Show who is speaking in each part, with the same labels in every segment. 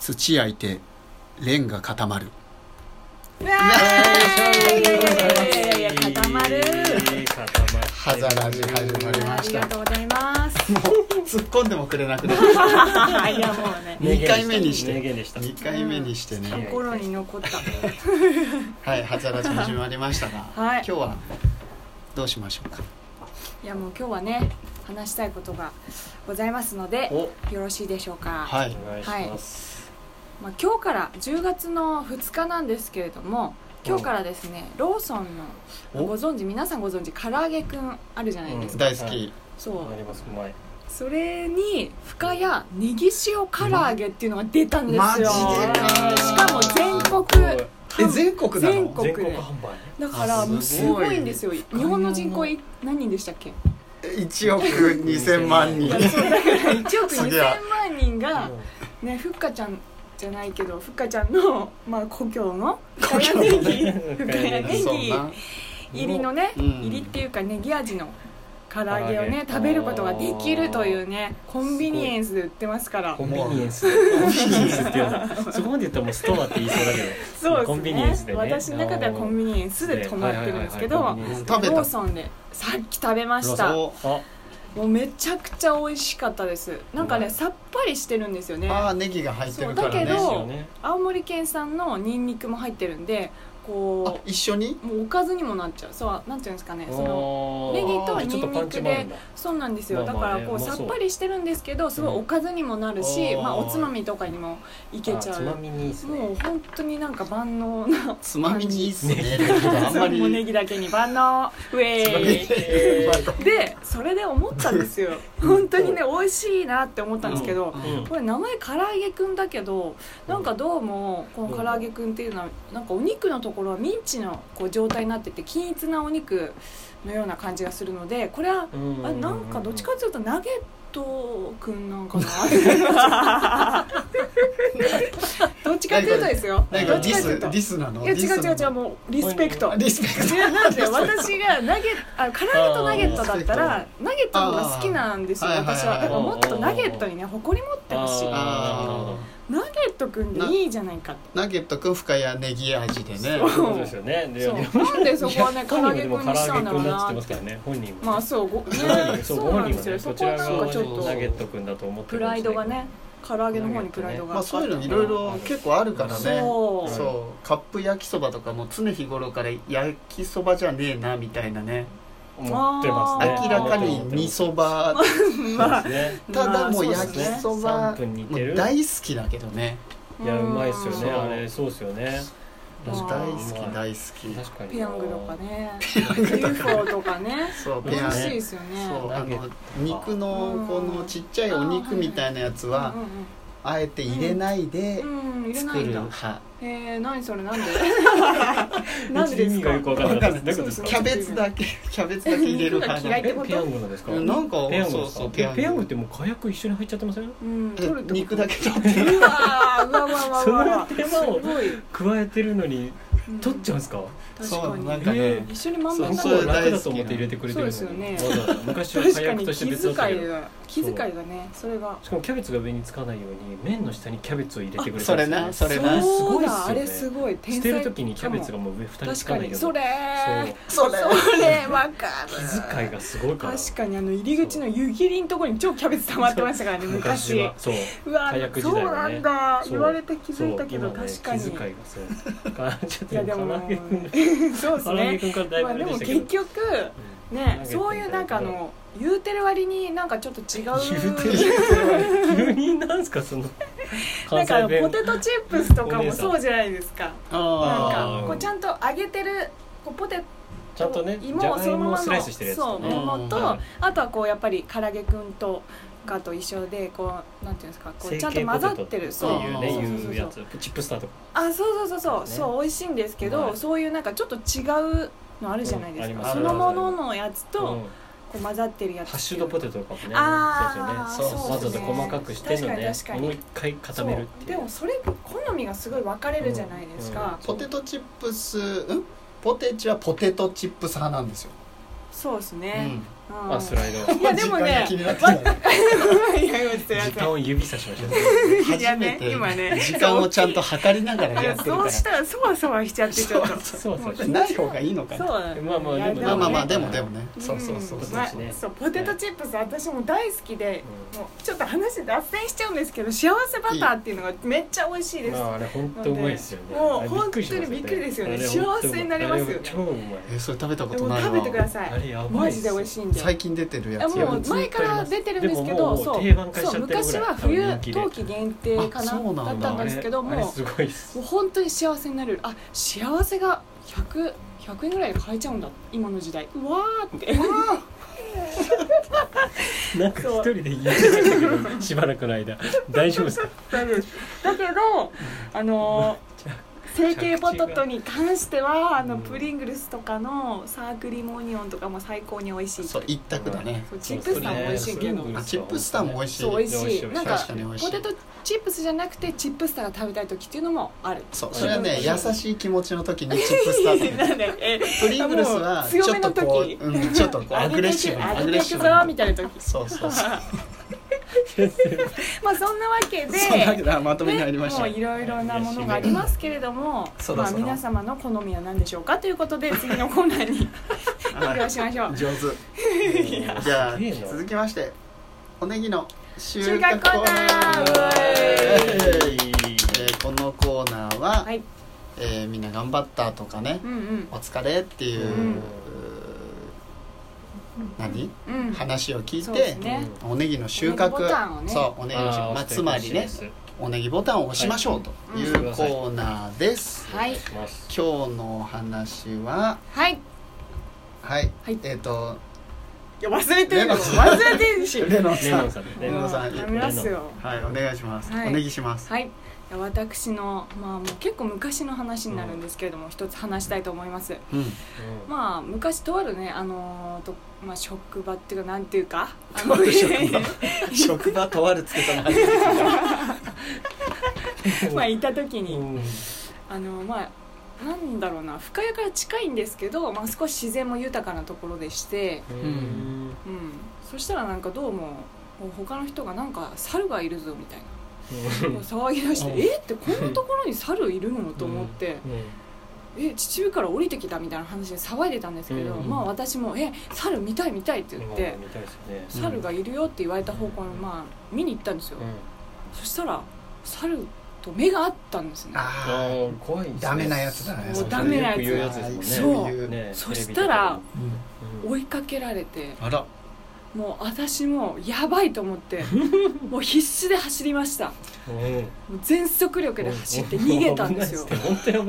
Speaker 1: 土焼いてレンガ固まる
Speaker 2: わーいやいやいやいやいや固まる
Speaker 3: 固まる
Speaker 1: ハザラジ始まりま
Speaker 2: あり
Speaker 1: し
Speaker 2: が
Speaker 1: た
Speaker 2: とうございます
Speaker 1: もう突っ込んでもくれなくなっ
Speaker 2: いやもうね
Speaker 1: 2回目にして
Speaker 3: 名言でした
Speaker 1: 2回目にしてね、
Speaker 2: 心に残った
Speaker 1: はい、はざらじ始まりましたが、
Speaker 2: はい
Speaker 1: 今日はどうしましょうか。
Speaker 2: いやもう今日はね話したいことがございますので
Speaker 1: お、
Speaker 2: よろしいでしょうか、
Speaker 1: はい、
Speaker 3: お願いします
Speaker 2: まあ、今日から10月の2日なんですけれども今日からですねローソンの
Speaker 1: お
Speaker 2: ご存知皆さんご存知唐揚げくんあるじゃないですか、
Speaker 1: 大好
Speaker 3: は
Speaker 1: き
Speaker 3: い。
Speaker 2: そう
Speaker 3: なりますうまい
Speaker 2: それに深谷ネギ塩唐揚げっていうのが出たんですよ
Speaker 1: マジで
Speaker 2: しかも全国
Speaker 1: え、全国な
Speaker 2: 全
Speaker 1: の
Speaker 2: 国。
Speaker 3: 全国販売
Speaker 2: だからもうすごいんですよ日本の人口い何人でしたっけ
Speaker 1: 一億二千万人。
Speaker 2: 1億
Speaker 1: す
Speaker 2: 2000
Speaker 1: げえ
Speaker 2: 万人が
Speaker 3: うん
Speaker 2: ねふっかちゃんじゃないけどふっかちゃんのまあ故郷の深谷ネギ深谷 ネギ
Speaker 1: そうな。
Speaker 2: 入りのね
Speaker 1: うん
Speaker 2: 入りっていうかネギ味の唐揚げをね
Speaker 3: 唐
Speaker 2: 食
Speaker 3: 揚げ
Speaker 2: べることができるというねコンビニエンスで売ってますから
Speaker 3: コンビニエンスコンビニエンスって言わないそこまで言ったらもうストアって言いそうだけど
Speaker 2: そうですね
Speaker 3: コンビニエンスでね
Speaker 2: 私の中ではコンビニエンスで止まってるんですけど、
Speaker 3: はいはいはいはいコンビニエンス
Speaker 1: 食べ
Speaker 2: ロー
Speaker 1: た。
Speaker 2: ソンでさっき食べましたも
Speaker 1: そ
Speaker 3: あ
Speaker 2: うめちゃくちゃ美味しかったですなんか
Speaker 3: う
Speaker 2: ね
Speaker 3: ん
Speaker 2: さっぱりしてるんですよ
Speaker 1: う。
Speaker 2: ね
Speaker 1: ああ、ネギが入ってるから
Speaker 2: そうだけ
Speaker 3: です
Speaker 1: ね。
Speaker 2: ど
Speaker 3: よね
Speaker 2: 青森県産のニンニクも入ってるんで
Speaker 1: あ
Speaker 2: こ、
Speaker 1: 一緒に。
Speaker 2: うもうおかずにもなっちゃうそうなんていうんですかねその
Speaker 3: の
Speaker 2: ネギとニンニクで
Speaker 3: だ
Speaker 2: そうなんですよ
Speaker 3: ま
Speaker 2: だ
Speaker 3: あ
Speaker 2: か
Speaker 3: まあ
Speaker 2: ら
Speaker 3: ね
Speaker 2: こう
Speaker 3: うまそ
Speaker 2: さ
Speaker 3: う
Speaker 2: っぱりしてるんですけどすごいおかずにもなるし
Speaker 1: うん
Speaker 2: まあおつまみとかにもいけちゃ
Speaker 3: あつま
Speaker 2: う
Speaker 3: みにいいですね
Speaker 2: もう本当になんか万能な
Speaker 1: つまみにいいっすね。 あ
Speaker 2: あ
Speaker 1: ん
Speaker 2: ん
Speaker 1: ま
Speaker 2: ま
Speaker 1: り。
Speaker 2: りネギだけに万能ウ
Speaker 3: つまみ
Speaker 2: ェーイ
Speaker 3: え
Speaker 2: でそれで思ったんですよ本当にね美味しいなって思ったんですけど、
Speaker 1: うん
Speaker 3: ー
Speaker 2: これ名前唐揚げくんだけどなんかどうもこの唐揚げくんっていうのはなんかお肉のところはミンチのこう状態になってて均一なお肉のような感じがするのでこれは
Speaker 3: うん
Speaker 2: あなんかどっちかっていうとナゲットくんなんか などっちかっていうとですよ
Speaker 1: なん
Speaker 2: ど
Speaker 1: か
Speaker 2: っ
Speaker 1: ディ
Speaker 2: ちかってい
Speaker 1: ス、
Speaker 2: う
Speaker 1: デ
Speaker 2: と
Speaker 1: ィスなの。
Speaker 2: いや違
Speaker 1: ディス
Speaker 2: う
Speaker 1: な
Speaker 2: 違
Speaker 1: の
Speaker 2: う違う。もうリスペクト
Speaker 1: リスペク
Speaker 2: いやなんで私がナゲあ唐揚げとナゲットだった
Speaker 1: あ
Speaker 2: らナゲットの方が好きなんですよ
Speaker 1: あー
Speaker 2: 私
Speaker 1: は
Speaker 2: は
Speaker 1: はいは
Speaker 2: いだか
Speaker 1: い
Speaker 2: らもっとナゲットにね誇り持ってほしいナ
Speaker 3: あ
Speaker 2: ゲットくんでいいじゃないかって
Speaker 1: ト。ナゲットくん深谷ネギ味でね。
Speaker 3: トそうですよねで
Speaker 2: そうなんでそこはね唐揚げくんに
Speaker 3: 本人もでも
Speaker 2: したんだろう
Speaker 3: 唐揚げくんだっつっ
Speaker 2: な
Speaker 3: てま
Speaker 2: っ
Speaker 3: す
Speaker 2: て
Speaker 3: からね本人も
Speaker 2: まあそうごね
Speaker 3: そ
Speaker 2: そう
Speaker 3: うご
Speaker 2: なん
Speaker 3: 本
Speaker 2: で
Speaker 3: 人
Speaker 2: す
Speaker 3: も
Speaker 2: よ
Speaker 3: ね
Speaker 2: そこ
Speaker 3: こち
Speaker 2: は
Speaker 3: ら
Speaker 2: な
Speaker 3: 側
Speaker 2: ん
Speaker 3: は
Speaker 2: か
Speaker 3: ね
Speaker 2: ちょっ
Speaker 3: ナゲッ
Speaker 2: と
Speaker 3: トくんだと思って
Speaker 2: プ
Speaker 3: るかも
Speaker 2: ラ
Speaker 3: し
Speaker 2: イ
Speaker 3: れ
Speaker 2: ドが
Speaker 3: ないけど
Speaker 2: ね唐揚げの方にプライドが
Speaker 1: まあそういうのいろいろ結構あるからね
Speaker 2: そう
Speaker 1: そうカップ焼きそばとかも常日頃から焼きそばじゃねえなみたいなね
Speaker 3: 思ってますね
Speaker 1: 明らかに味噌ば
Speaker 3: まあね
Speaker 1: ただもう
Speaker 2: まあ
Speaker 1: 焼
Speaker 2: そう
Speaker 1: き
Speaker 2: ですね
Speaker 1: そば
Speaker 3: 3分煮
Speaker 1: も
Speaker 3: て
Speaker 1: う
Speaker 3: る
Speaker 1: 大好きだけどね
Speaker 3: いやうまいっすよね
Speaker 1: うん
Speaker 3: あれそうっすよね
Speaker 1: 大
Speaker 2: 確
Speaker 1: 好
Speaker 2: かに
Speaker 1: き大好き
Speaker 3: 確かに
Speaker 2: ピヤングとかね UFO とかね
Speaker 1: そう
Speaker 2: 美
Speaker 1: ペア
Speaker 2: 味しい
Speaker 1: ね
Speaker 2: ですよね
Speaker 1: そうあ
Speaker 3: ナゲッ
Speaker 1: の肉のこのちっちゃいお肉みたいなやつは
Speaker 2: うん
Speaker 1: あえて入れないで
Speaker 2: うんうん、うん入れな
Speaker 1: 作
Speaker 2: いん
Speaker 1: る
Speaker 2: だ
Speaker 1: 派
Speaker 2: えー、何それ なんで
Speaker 3: な
Speaker 2: なんん
Speaker 3: で
Speaker 2: で
Speaker 3: で
Speaker 2: ですす
Speaker 3: か
Speaker 2: か
Speaker 3: よくわかんなかったですどういうことです
Speaker 2: そう
Speaker 3: か
Speaker 1: キャベツだけキャベツだけ入れる派
Speaker 2: 肉が嫌い
Speaker 1: な
Speaker 3: えペヤングのですか
Speaker 1: なんか
Speaker 3: ペヤング
Speaker 1: そ
Speaker 3: で
Speaker 1: う
Speaker 3: す
Speaker 1: そ
Speaker 3: か
Speaker 1: う
Speaker 3: えペヤングっ
Speaker 1: って
Speaker 3: もう火薬一緒に入っちゃってません
Speaker 2: うん取るってこと
Speaker 1: 肉だけ取って
Speaker 2: うわーうわうわうわうわ
Speaker 3: その手間
Speaker 2: す
Speaker 3: を
Speaker 2: ごい
Speaker 3: 加えてるのに取っちゃうんですか
Speaker 2: 確
Speaker 1: そ
Speaker 2: か
Speaker 1: う
Speaker 2: に
Speaker 1: なんかね
Speaker 2: 一緒にまんまにな
Speaker 3: そ
Speaker 1: そうう
Speaker 2: る
Speaker 3: 楽だと思って入れてくれてるのに
Speaker 2: そうです
Speaker 3: わ
Speaker 2: よね
Speaker 3: ざわざ昔は
Speaker 2: 確
Speaker 3: 火
Speaker 2: か
Speaker 3: 薬
Speaker 2: に
Speaker 3: と
Speaker 2: 気
Speaker 3: して
Speaker 2: 遣
Speaker 3: 別だったけ
Speaker 2: い
Speaker 3: ど
Speaker 2: が気遣いがねそれが
Speaker 3: しかもキャベツが上につかないように麺の下にキャベツを入れてくれてるんです
Speaker 1: そ
Speaker 3: よ
Speaker 1: れなそれな
Speaker 3: す
Speaker 2: そ
Speaker 3: ご
Speaker 2: う
Speaker 3: いっすよね
Speaker 2: だあれすごい天
Speaker 3: 捨
Speaker 2: 才
Speaker 3: てる時にキャベツがもう上二人
Speaker 2: 確
Speaker 3: つか
Speaker 2: か
Speaker 3: ないけ
Speaker 2: に
Speaker 3: ど
Speaker 2: それ
Speaker 3: そう
Speaker 1: それ
Speaker 2: それわかる
Speaker 3: 気遣いがすごいから
Speaker 2: 確かにあの入り口の湯切りのところに超キャベツ溜まってましたからね昔
Speaker 3: 昔はそう
Speaker 2: うわ
Speaker 3: 火薬時
Speaker 2: そう
Speaker 3: 代
Speaker 2: な
Speaker 3: はね
Speaker 2: んだ
Speaker 3: そう
Speaker 2: 言われて気づいたけど、
Speaker 3: そう今ね
Speaker 2: 確かに
Speaker 3: 気遣いがそうか ちょっ
Speaker 2: い
Speaker 3: と
Speaker 2: やで
Speaker 3: でも
Speaker 2: も
Speaker 3: 唐揚げくん
Speaker 2: そうです
Speaker 3: 唐揚げ
Speaker 2: ね
Speaker 3: くんからだいぶ
Speaker 2: ま
Speaker 3: あ
Speaker 2: あ
Speaker 3: れ
Speaker 2: で
Speaker 3: で
Speaker 2: も
Speaker 3: したけ
Speaker 2: 結
Speaker 3: ど
Speaker 2: 局ね
Speaker 3: うん
Speaker 2: そういうなんかあの言うてる割になんかちょっと違う
Speaker 3: 言うて る急になんすかその
Speaker 2: なんかあのポ
Speaker 3: 弁
Speaker 2: テトチップスとかもそうじゃないですかなん
Speaker 1: あ
Speaker 2: か
Speaker 1: ー
Speaker 2: こうちゃんと揚げてるこうポテト
Speaker 3: ちゃんとねじゃ
Speaker 2: 芋を
Speaker 3: が
Speaker 2: そ
Speaker 3: い
Speaker 2: のま
Speaker 3: も
Speaker 2: ま
Speaker 3: を
Speaker 2: の
Speaker 3: スライスしてるやつ
Speaker 2: そう
Speaker 1: ね
Speaker 2: ものと、
Speaker 3: うん
Speaker 2: あとはこうやっぱり唐揚げくんとかと一緒でこうなんていうんですかこうちゃんと混ざってるそ
Speaker 3: そ
Speaker 2: うう
Speaker 3: いう
Speaker 1: そう
Speaker 3: ね
Speaker 2: そう
Speaker 3: い
Speaker 2: そうう
Speaker 3: や
Speaker 2: そう
Speaker 3: つチップスターとか
Speaker 2: あそうそうそうそう、
Speaker 3: ね
Speaker 2: そう美味しいんですけど、
Speaker 3: はい
Speaker 2: そういうなんかちょっと違うのあるじゃないです
Speaker 3: うんあり
Speaker 2: か、
Speaker 3: ます
Speaker 2: そのもののやつと、
Speaker 3: うん
Speaker 2: こう混ざってるやつ
Speaker 3: ハッシュドポテトとかもね
Speaker 2: あー
Speaker 3: そうですよね
Speaker 1: そう
Speaker 3: わ
Speaker 1: そう
Speaker 3: ざと細かくしてんのね
Speaker 2: 確かに確かに
Speaker 3: もう一回固めるっていう
Speaker 2: そうでもそれ好みがすごい分かれるじゃないです
Speaker 3: うんう
Speaker 2: か
Speaker 3: ん、
Speaker 1: ポテトチップスんポテチはポテトチップス派なんですよ、
Speaker 2: そうです
Speaker 1: う
Speaker 2: ね
Speaker 1: ん、
Speaker 2: うん
Speaker 3: あスライド
Speaker 2: いやでもね
Speaker 1: 時間が気になってた
Speaker 2: いやいやすいませ
Speaker 3: 時
Speaker 2: ん
Speaker 3: 間を指さしましたね
Speaker 2: いや
Speaker 1: 初め
Speaker 2: ね
Speaker 1: て
Speaker 2: 今ね
Speaker 1: 時間をちゃんと測りながらやってるか
Speaker 2: そうしたらそわそわしちゃってちょっと
Speaker 3: そうそう
Speaker 1: らない方がいいのかな
Speaker 2: そう
Speaker 3: まあまあ
Speaker 2: いや
Speaker 3: でも
Speaker 1: まあまあまあでも
Speaker 3: ね
Speaker 1: でもねそうそうそう
Speaker 2: うん
Speaker 1: そう
Speaker 2: まあ
Speaker 3: そうですね
Speaker 2: そうポテトチップス私も大好きで、
Speaker 3: うん
Speaker 2: もうちょっと話脱線しちゃうんですけど幸せバターっていうのがめっちゃ美味しいです、
Speaker 3: まああれ本当うまいですよね
Speaker 2: もう
Speaker 3: あれっくりしますよね
Speaker 2: 本当にびっくりですよね
Speaker 3: あれ本当
Speaker 2: 幸せになりますよね
Speaker 3: あれ超うまい
Speaker 1: えそれ食べたこ
Speaker 2: で
Speaker 1: と
Speaker 2: も
Speaker 1: ないわ
Speaker 2: 食べてくださ
Speaker 3: あれ
Speaker 2: い
Speaker 3: やばいっす
Speaker 2: マジで美味しいんで
Speaker 1: 最近出てるや
Speaker 2: あ
Speaker 1: つ
Speaker 3: いや
Speaker 2: もう前から出てるんですけ
Speaker 3: でも
Speaker 2: ど
Speaker 3: もう
Speaker 2: そう
Speaker 3: 定番化しち
Speaker 2: そ
Speaker 3: ゃ
Speaker 2: う
Speaker 3: ってるぐらい
Speaker 2: 昔は冬
Speaker 3: 人気で
Speaker 2: 冬季限定か
Speaker 1: あそう
Speaker 2: な
Speaker 1: なん
Speaker 2: だ
Speaker 1: だ
Speaker 2: ったんですけども
Speaker 3: あ
Speaker 2: う
Speaker 3: れあれ
Speaker 2: も
Speaker 3: すごいっす
Speaker 2: う本当に幸せになれるあ幸せが100 100円ぐらいで買えちゃうんだ今の時代うわーって
Speaker 3: なんか一人で言いましたけどしばらくの間大丈夫ですか
Speaker 2: 大丈夫ですだけどあの成形ポテトに関してはあの
Speaker 3: うん
Speaker 2: プリングルスとかのサークリモニオンとかも最高に美味しい
Speaker 1: そう一択だね
Speaker 2: そうチップスターも美味しいけど
Speaker 3: そう
Speaker 1: あチップスターも美味しい
Speaker 2: そう美味しい
Speaker 3: 美味しい
Speaker 2: なんか
Speaker 1: 確かに美味しい
Speaker 2: ポテトチップスじゃなくてチップスターが食べたい時っていうのもある
Speaker 1: そうそれはね
Speaker 2: うん
Speaker 1: 優しい気持ちの時にチップスターとか
Speaker 2: なんだえ
Speaker 1: プリングルスはちょっとこ
Speaker 2: 強めの時
Speaker 1: う、うん、ちょっとこうアグレッシブにア
Speaker 2: あ
Speaker 1: グ
Speaker 2: げ
Speaker 1: レッ
Speaker 2: て
Speaker 1: シ
Speaker 2: く
Speaker 1: ブ
Speaker 2: ぞーみ
Speaker 1: に
Speaker 2: たいな時
Speaker 1: そうそうそう
Speaker 2: まあそんなわけで
Speaker 1: そんなわけであまとめに入りました
Speaker 2: もういろいろなものがありますけれども、
Speaker 1: そうだ
Speaker 2: まあ
Speaker 1: そうだ
Speaker 2: 皆様の好みは何でしょうかということで次のコーナーに
Speaker 1: は
Speaker 2: 移動しましょう。
Speaker 1: 上手じゃあ続きましておネギの収
Speaker 2: 中
Speaker 1: 穫
Speaker 2: 学
Speaker 1: コ
Speaker 2: コ
Speaker 1: ー
Speaker 2: ー
Speaker 1: ナ
Speaker 2: ナ
Speaker 1: ーイ
Speaker 2: ー。
Speaker 1: エーイえーこのコーナーは、
Speaker 2: はい。
Speaker 1: えーみんな頑張ったとかね
Speaker 2: う、んうん
Speaker 1: お疲れっていう、
Speaker 2: うん
Speaker 1: 何、
Speaker 2: うん。
Speaker 1: 話を聞い
Speaker 2: そ
Speaker 1: て、
Speaker 2: うですね。
Speaker 1: おネギの収穫
Speaker 2: おネギボタンをね
Speaker 1: そうおネギの収穫、まあ、つまりねおネギボタンを押しましょうという
Speaker 3: はい
Speaker 1: コーナーです、
Speaker 2: はい
Speaker 1: 今日のお話は
Speaker 2: はい。い
Speaker 1: はい、
Speaker 2: はい
Speaker 1: えっ、と
Speaker 2: や忘れてるの。
Speaker 1: レノさん
Speaker 2: 忘れてるし。
Speaker 1: レノン
Speaker 3: レ
Speaker 1: さん
Speaker 3: ノンさんね
Speaker 1: レノさん
Speaker 2: やめますよ。
Speaker 1: はいお願いします、
Speaker 2: はい
Speaker 1: おネギします
Speaker 2: はい。いや私のまあもう結構昔の話になるんですけれども一つ話したいと思います。
Speaker 1: うん
Speaker 2: まあ昔とあるねあのーとまあ職場っていうかなんていうかあの
Speaker 1: 職場とあるつけたの初めて聞い
Speaker 2: まあいた時に、
Speaker 3: うん
Speaker 2: あのまあなんだろうな深谷から近いんですけど、まあ、少し自然も豊かなところでして、
Speaker 3: うん
Speaker 2: うん、そしたらなんかどうももう他の人がなんか猿がいるぞみたいなもう騒ぎ出して
Speaker 3: う
Speaker 2: 「
Speaker 3: ん
Speaker 2: えっ?」てこんなところに猿いるのと思って
Speaker 3: うん
Speaker 2: 「え秩父から降りてきた」みたいな話で騒いでたんですけど、
Speaker 3: うん
Speaker 2: まあ私も「え猿見たい見たい」って言って
Speaker 3: うん見たいですね
Speaker 1: うん
Speaker 2: 猿がいるよって言われた方向にまあ見に行ったんですよ、そしたら猿と目が合ったんですね
Speaker 1: あ
Speaker 3: あー怖いですね
Speaker 1: ダメなやつだね
Speaker 2: もうダメなやつ
Speaker 3: よく言うやつですも
Speaker 2: そう
Speaker 3: んね
Speaker 1: いう
Speaker 3: ね
Speaker 2: そしたら
Speaker 1: あ、うん
Speaker 3: うん
Speaker 2: 追いかけられて
Speaker 1: あら
Speaker 2: もう私もやばいと思ってもう必死で走りました
Speaker 3: うん
Speaker 2: もう全速力で走って逃げたんですよ
Speaker 3: 危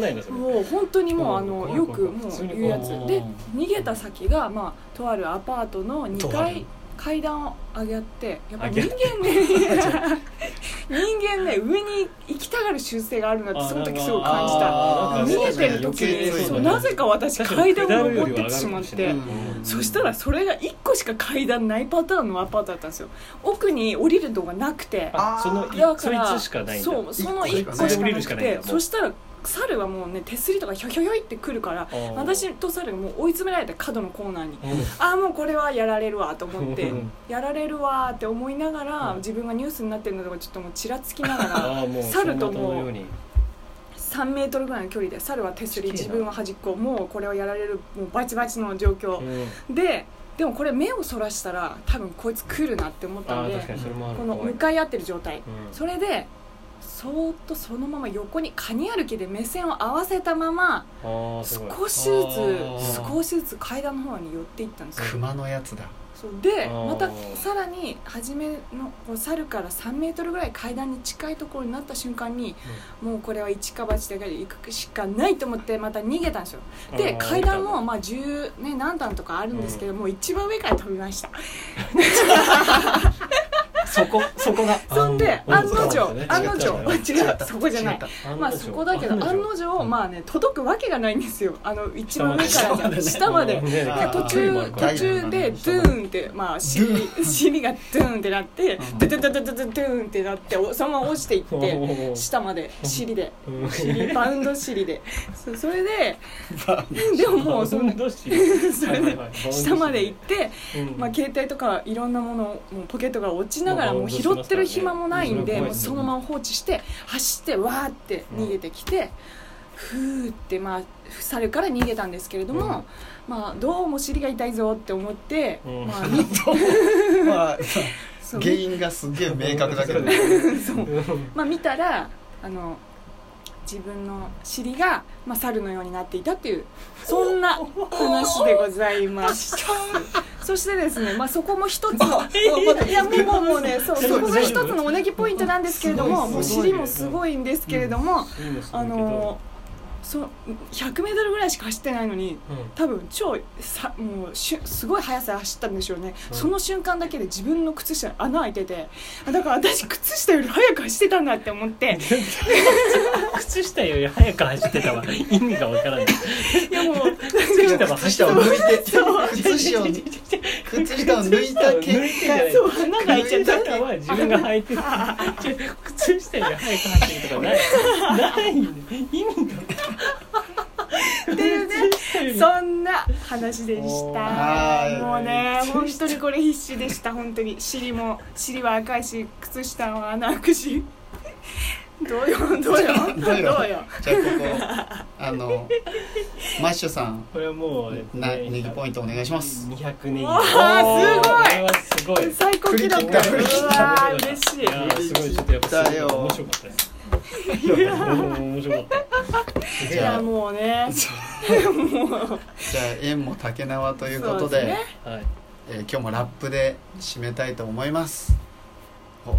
Speaker 3: ないっね本当に危ないなそれ
Speaker 2: もう本当にもうあの
Speaker 3: うん
Speaker 2: よくもう
Speaker 3: 普通に
Speaker 2: 言うやつ
Speaker 1: うん
Speaker 2: で逃げた先がまあとあるアパートの2
Speaker 1: とある
Speaker 2: 階階段を上げってやっぱ
Speaker 3: 上げ
Speaker 2: 人
Speaker 3: 合
Speaker 2: 間
Speaker 3: っ
Speaker 2: ね人間ね上に行きたがる習性があるなってその時すごい感じた
Speaker 1: あー
Speaker 2: 逃げてる時
Speaker 1: 余計そうだ
Speaker 2: に
Speaker 1: ね
Speaker 2: そうなぜか私
Speaker 3: 確か
Speaker 2: 階
Speaker 3: に
Speaker 2: 段を登ってってしまっ
Speaker 3: 下る
Speaker 2: て
Speaker 3: よりは上がるかもしれない
Speaker 1: うん
Speaker 2: そしたらそれが1個しか階段ないパターンのアパートだったんですよ奥に降りるとこがなくて
Speaker 3: あその
Speaker 2: だ
Speaker 3: い
Speaker 2: か
Speaker 3: そい
Speaker 2: ら
Speaker 3: つしかないんだ
Speaker 2: そうその
Speaker 1: 一
Speaker 2: 1
Speaker 1: 個
Speaker 2: 個
Speaker 1: し
Speaker 2: し
Speaker 1: かない
Speaker 2: かな
Speaker 3: それで降りるしか
Speaker 2: く
Speaker 3: な
Speaker 2: て
Speaker 3: いんだもう
Speaker 2: そしたら猿はもうね手すりとかひょひょひょいって来るから
Speaker 3: あー
Speaker 2: 私と猿がもう追い詰められて角のコーナーに
Speaker 3: うん
Speaker 2: ああもうこれはやられるわと思って
Speaker 3: うん
Speaker 2: やられるわーって思いながら
Speaker 3: うん
Speaker 2: 自分がニュースになってるのとかちょっともうちらつきながら
Speaker 3: あーもう
Speaker 2: 猿とも
Speaker 3: そのように
Speaker 2: 3メートルぐらいの距離で猿は手すり
Speaker 3: すげえ
Speaker 2: 自
Speaker 3: な
Speaker 2: 分は端っこもうこれはやられるもうバチバチの状況
Speaker 3: うん
Speaker 2: ででもこれ目をそらしたら多分こいつ来るなって思った
Speaker 3: あ
Speaker 2: の
Speaker 3: ー確か
Speaker 2: で
Speaker 3: にそれもある
Speaker 2: この
Speaker 3: 怖い
Speaker 2: 向かい合ってる状態
Speaker 3: うん
Speaker 2: それでそーっとそのまま横にカニ歩きで目線を合わせたまま
Speaker 3: あーすご
Speaker 2: 少
Speaker 3: い
Speaker 2: しず
Speaker 1: あ
Speaker 2: つ
Speaker 1: ー
Speaker 2: 少しずつ階段の方に寄っていったんですよ
Speaker 1: 熊のやつだ
Speaker 2: そうで
Speaker 3: あー
Speaker 2: またさらに初めのこう猿から3メートルぐらい階段に近いところになった瞬間に、もうこれは一か八で行くしかないと思ってまた逃げたんですよで
Speaker 3: あー
Speaker 2: 階段もまあ10、ね、何段とかあるんですけど、もう一番上から飛びました
Speaker 1: そこそこが
Speaker 2: そんで案の定
Speaker 3: そう
Speaker 2: 案の定
Speaker 3: そうですね
Speaker 2: 違うそこじゃない
Speaker 1: 違っ
Speaker 2: まあそこだけど案の定まあね届くわけがないんですよあの一番上からじゃん下
Speaker 1: 下
Speaker 2: ま
Speaker 1: まで
Speaker 2: で
Speaker 3: ね
Speaker 1: あー
Speaker 2: 途中
Speaker 1: ダ
Speaker 2: 途
Speaker 1: イヤ
Speaker 2: 中
Speaker 1: の
Speaker 2: でドゥーンってまあ尻尻がドゥーンってなって
Speaker 1: うん
Speaker 2: ドゥドゥドゥドゥドゥドゥーンってなっておそのまま落ちていって下まで尻で
Speaker 3: うん
Speaker 2: 尻バウンド尻でそそれで
Speaker 1: バ
Speaker 2: でももうそんな
Speaker 3: どうし
Speaker 2: それで下まで行って まあ、携帯とかいろんなものもうポケットから落ちながら
Speaker 3: まあ
Speaker 2: もう拾ってる暇もないんで
Speaker 3: まあ
Speaker 2: もうそのまま放置して走ってわーって逃げてきてふーってまあ猿から逃げたんですけれども、
Speaker 3: うん
Speaker 2: まあどうも尻が痛いぞって思って、
Speaker 3: うん
Speaker 2: まあみ
Speaker 1: まあ
Speaker 2: そう
Speaker 1: 原因がすげえ明確だけど
Speaker 3: そうで す
Speaker 2: そうまあ見たらあの自分の尻が、まあ、猿のようになっていたっていうそんな話でございますそしてですね、まあ、そこも一つのいやもうもうもうねそうそこが一つのおねぎポイントなんですけれどももう尻もすごいんですけれども、あのそう1 0 0ルぐらいしか走ってないのに多分超さもうしゅすごい速さで走ったんでしょうね、
Speaker 3: うん
Speaker 2: その瞬間だけで自分の靴下に穴開いててあだから私靴下より速く走ってたんだって思って
Speaker 3: 靴下より早く走ってたわ意味がわからない
Speaker 2: いやもう
Speaker 3: 靴下は
Speaker 1: 靴
Speaker 3: 走った
Speaker 1: 下を
Speaker 3: わ
Speaker 1: 抜いて靴下を靴下を抜いた結
Speaker 3: そ
Speaker 2: そう穴が開いちゃった
Speaker 3: 靴下は自分が履いてる靴下より早く走るとかないない意味が
Speaker 2: っていうねそんな話でした
Speaker 1: はい
Speaker 2: もうね本当にこれ必死でした本当に尻も尻は赤いし靴下は穴開くしどうよどうよ
Speaker 1: 果
Speaker 2: どうよ
Speaker 1: じゃあここあのマッシュさん
Speaker 3: これはもう
Speaker 1: なネギポイントお願いします
Speaker 3: 200ネギ
Speaker 2: わあすごい
Speaker 3: すごいこ
Speaker 2: 最高
Speaker 3: れはすごい
Speaker 2: 記録
Speaker 1: 振り切
Speaker 2: う
Speaker 1: っ
Speaker 2: わ
Speaker 1: た
Speaker 3: 振り切っ
Speaker 2: ー
Speaker 3: た
Speaker 2: 嬉しい
Speaker 3: いやーすごいちょっとやっぱすごい面白かったです 面白かった
Speaker 2: い
Speaker 1: じゃ
Speaker 2: や
Speaker 1: あ
Speaker 2: もうね
Speaker 1: じゃあ縁も竹縄というこ
Speaker 2: そ
Speaker 1: と
Speaker 2: うで
Speaker 1: です
Speaker 2: ね
Speaker 3: はい、
Speaker 1: えー今日もラップで締めたいと思いますお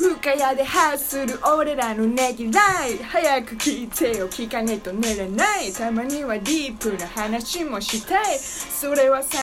Speaker 2: 深谷でハッスル俺らのねぎらい早く聞いてよ聞かねえと寝れないたまにはディープな話もしたいそれはさ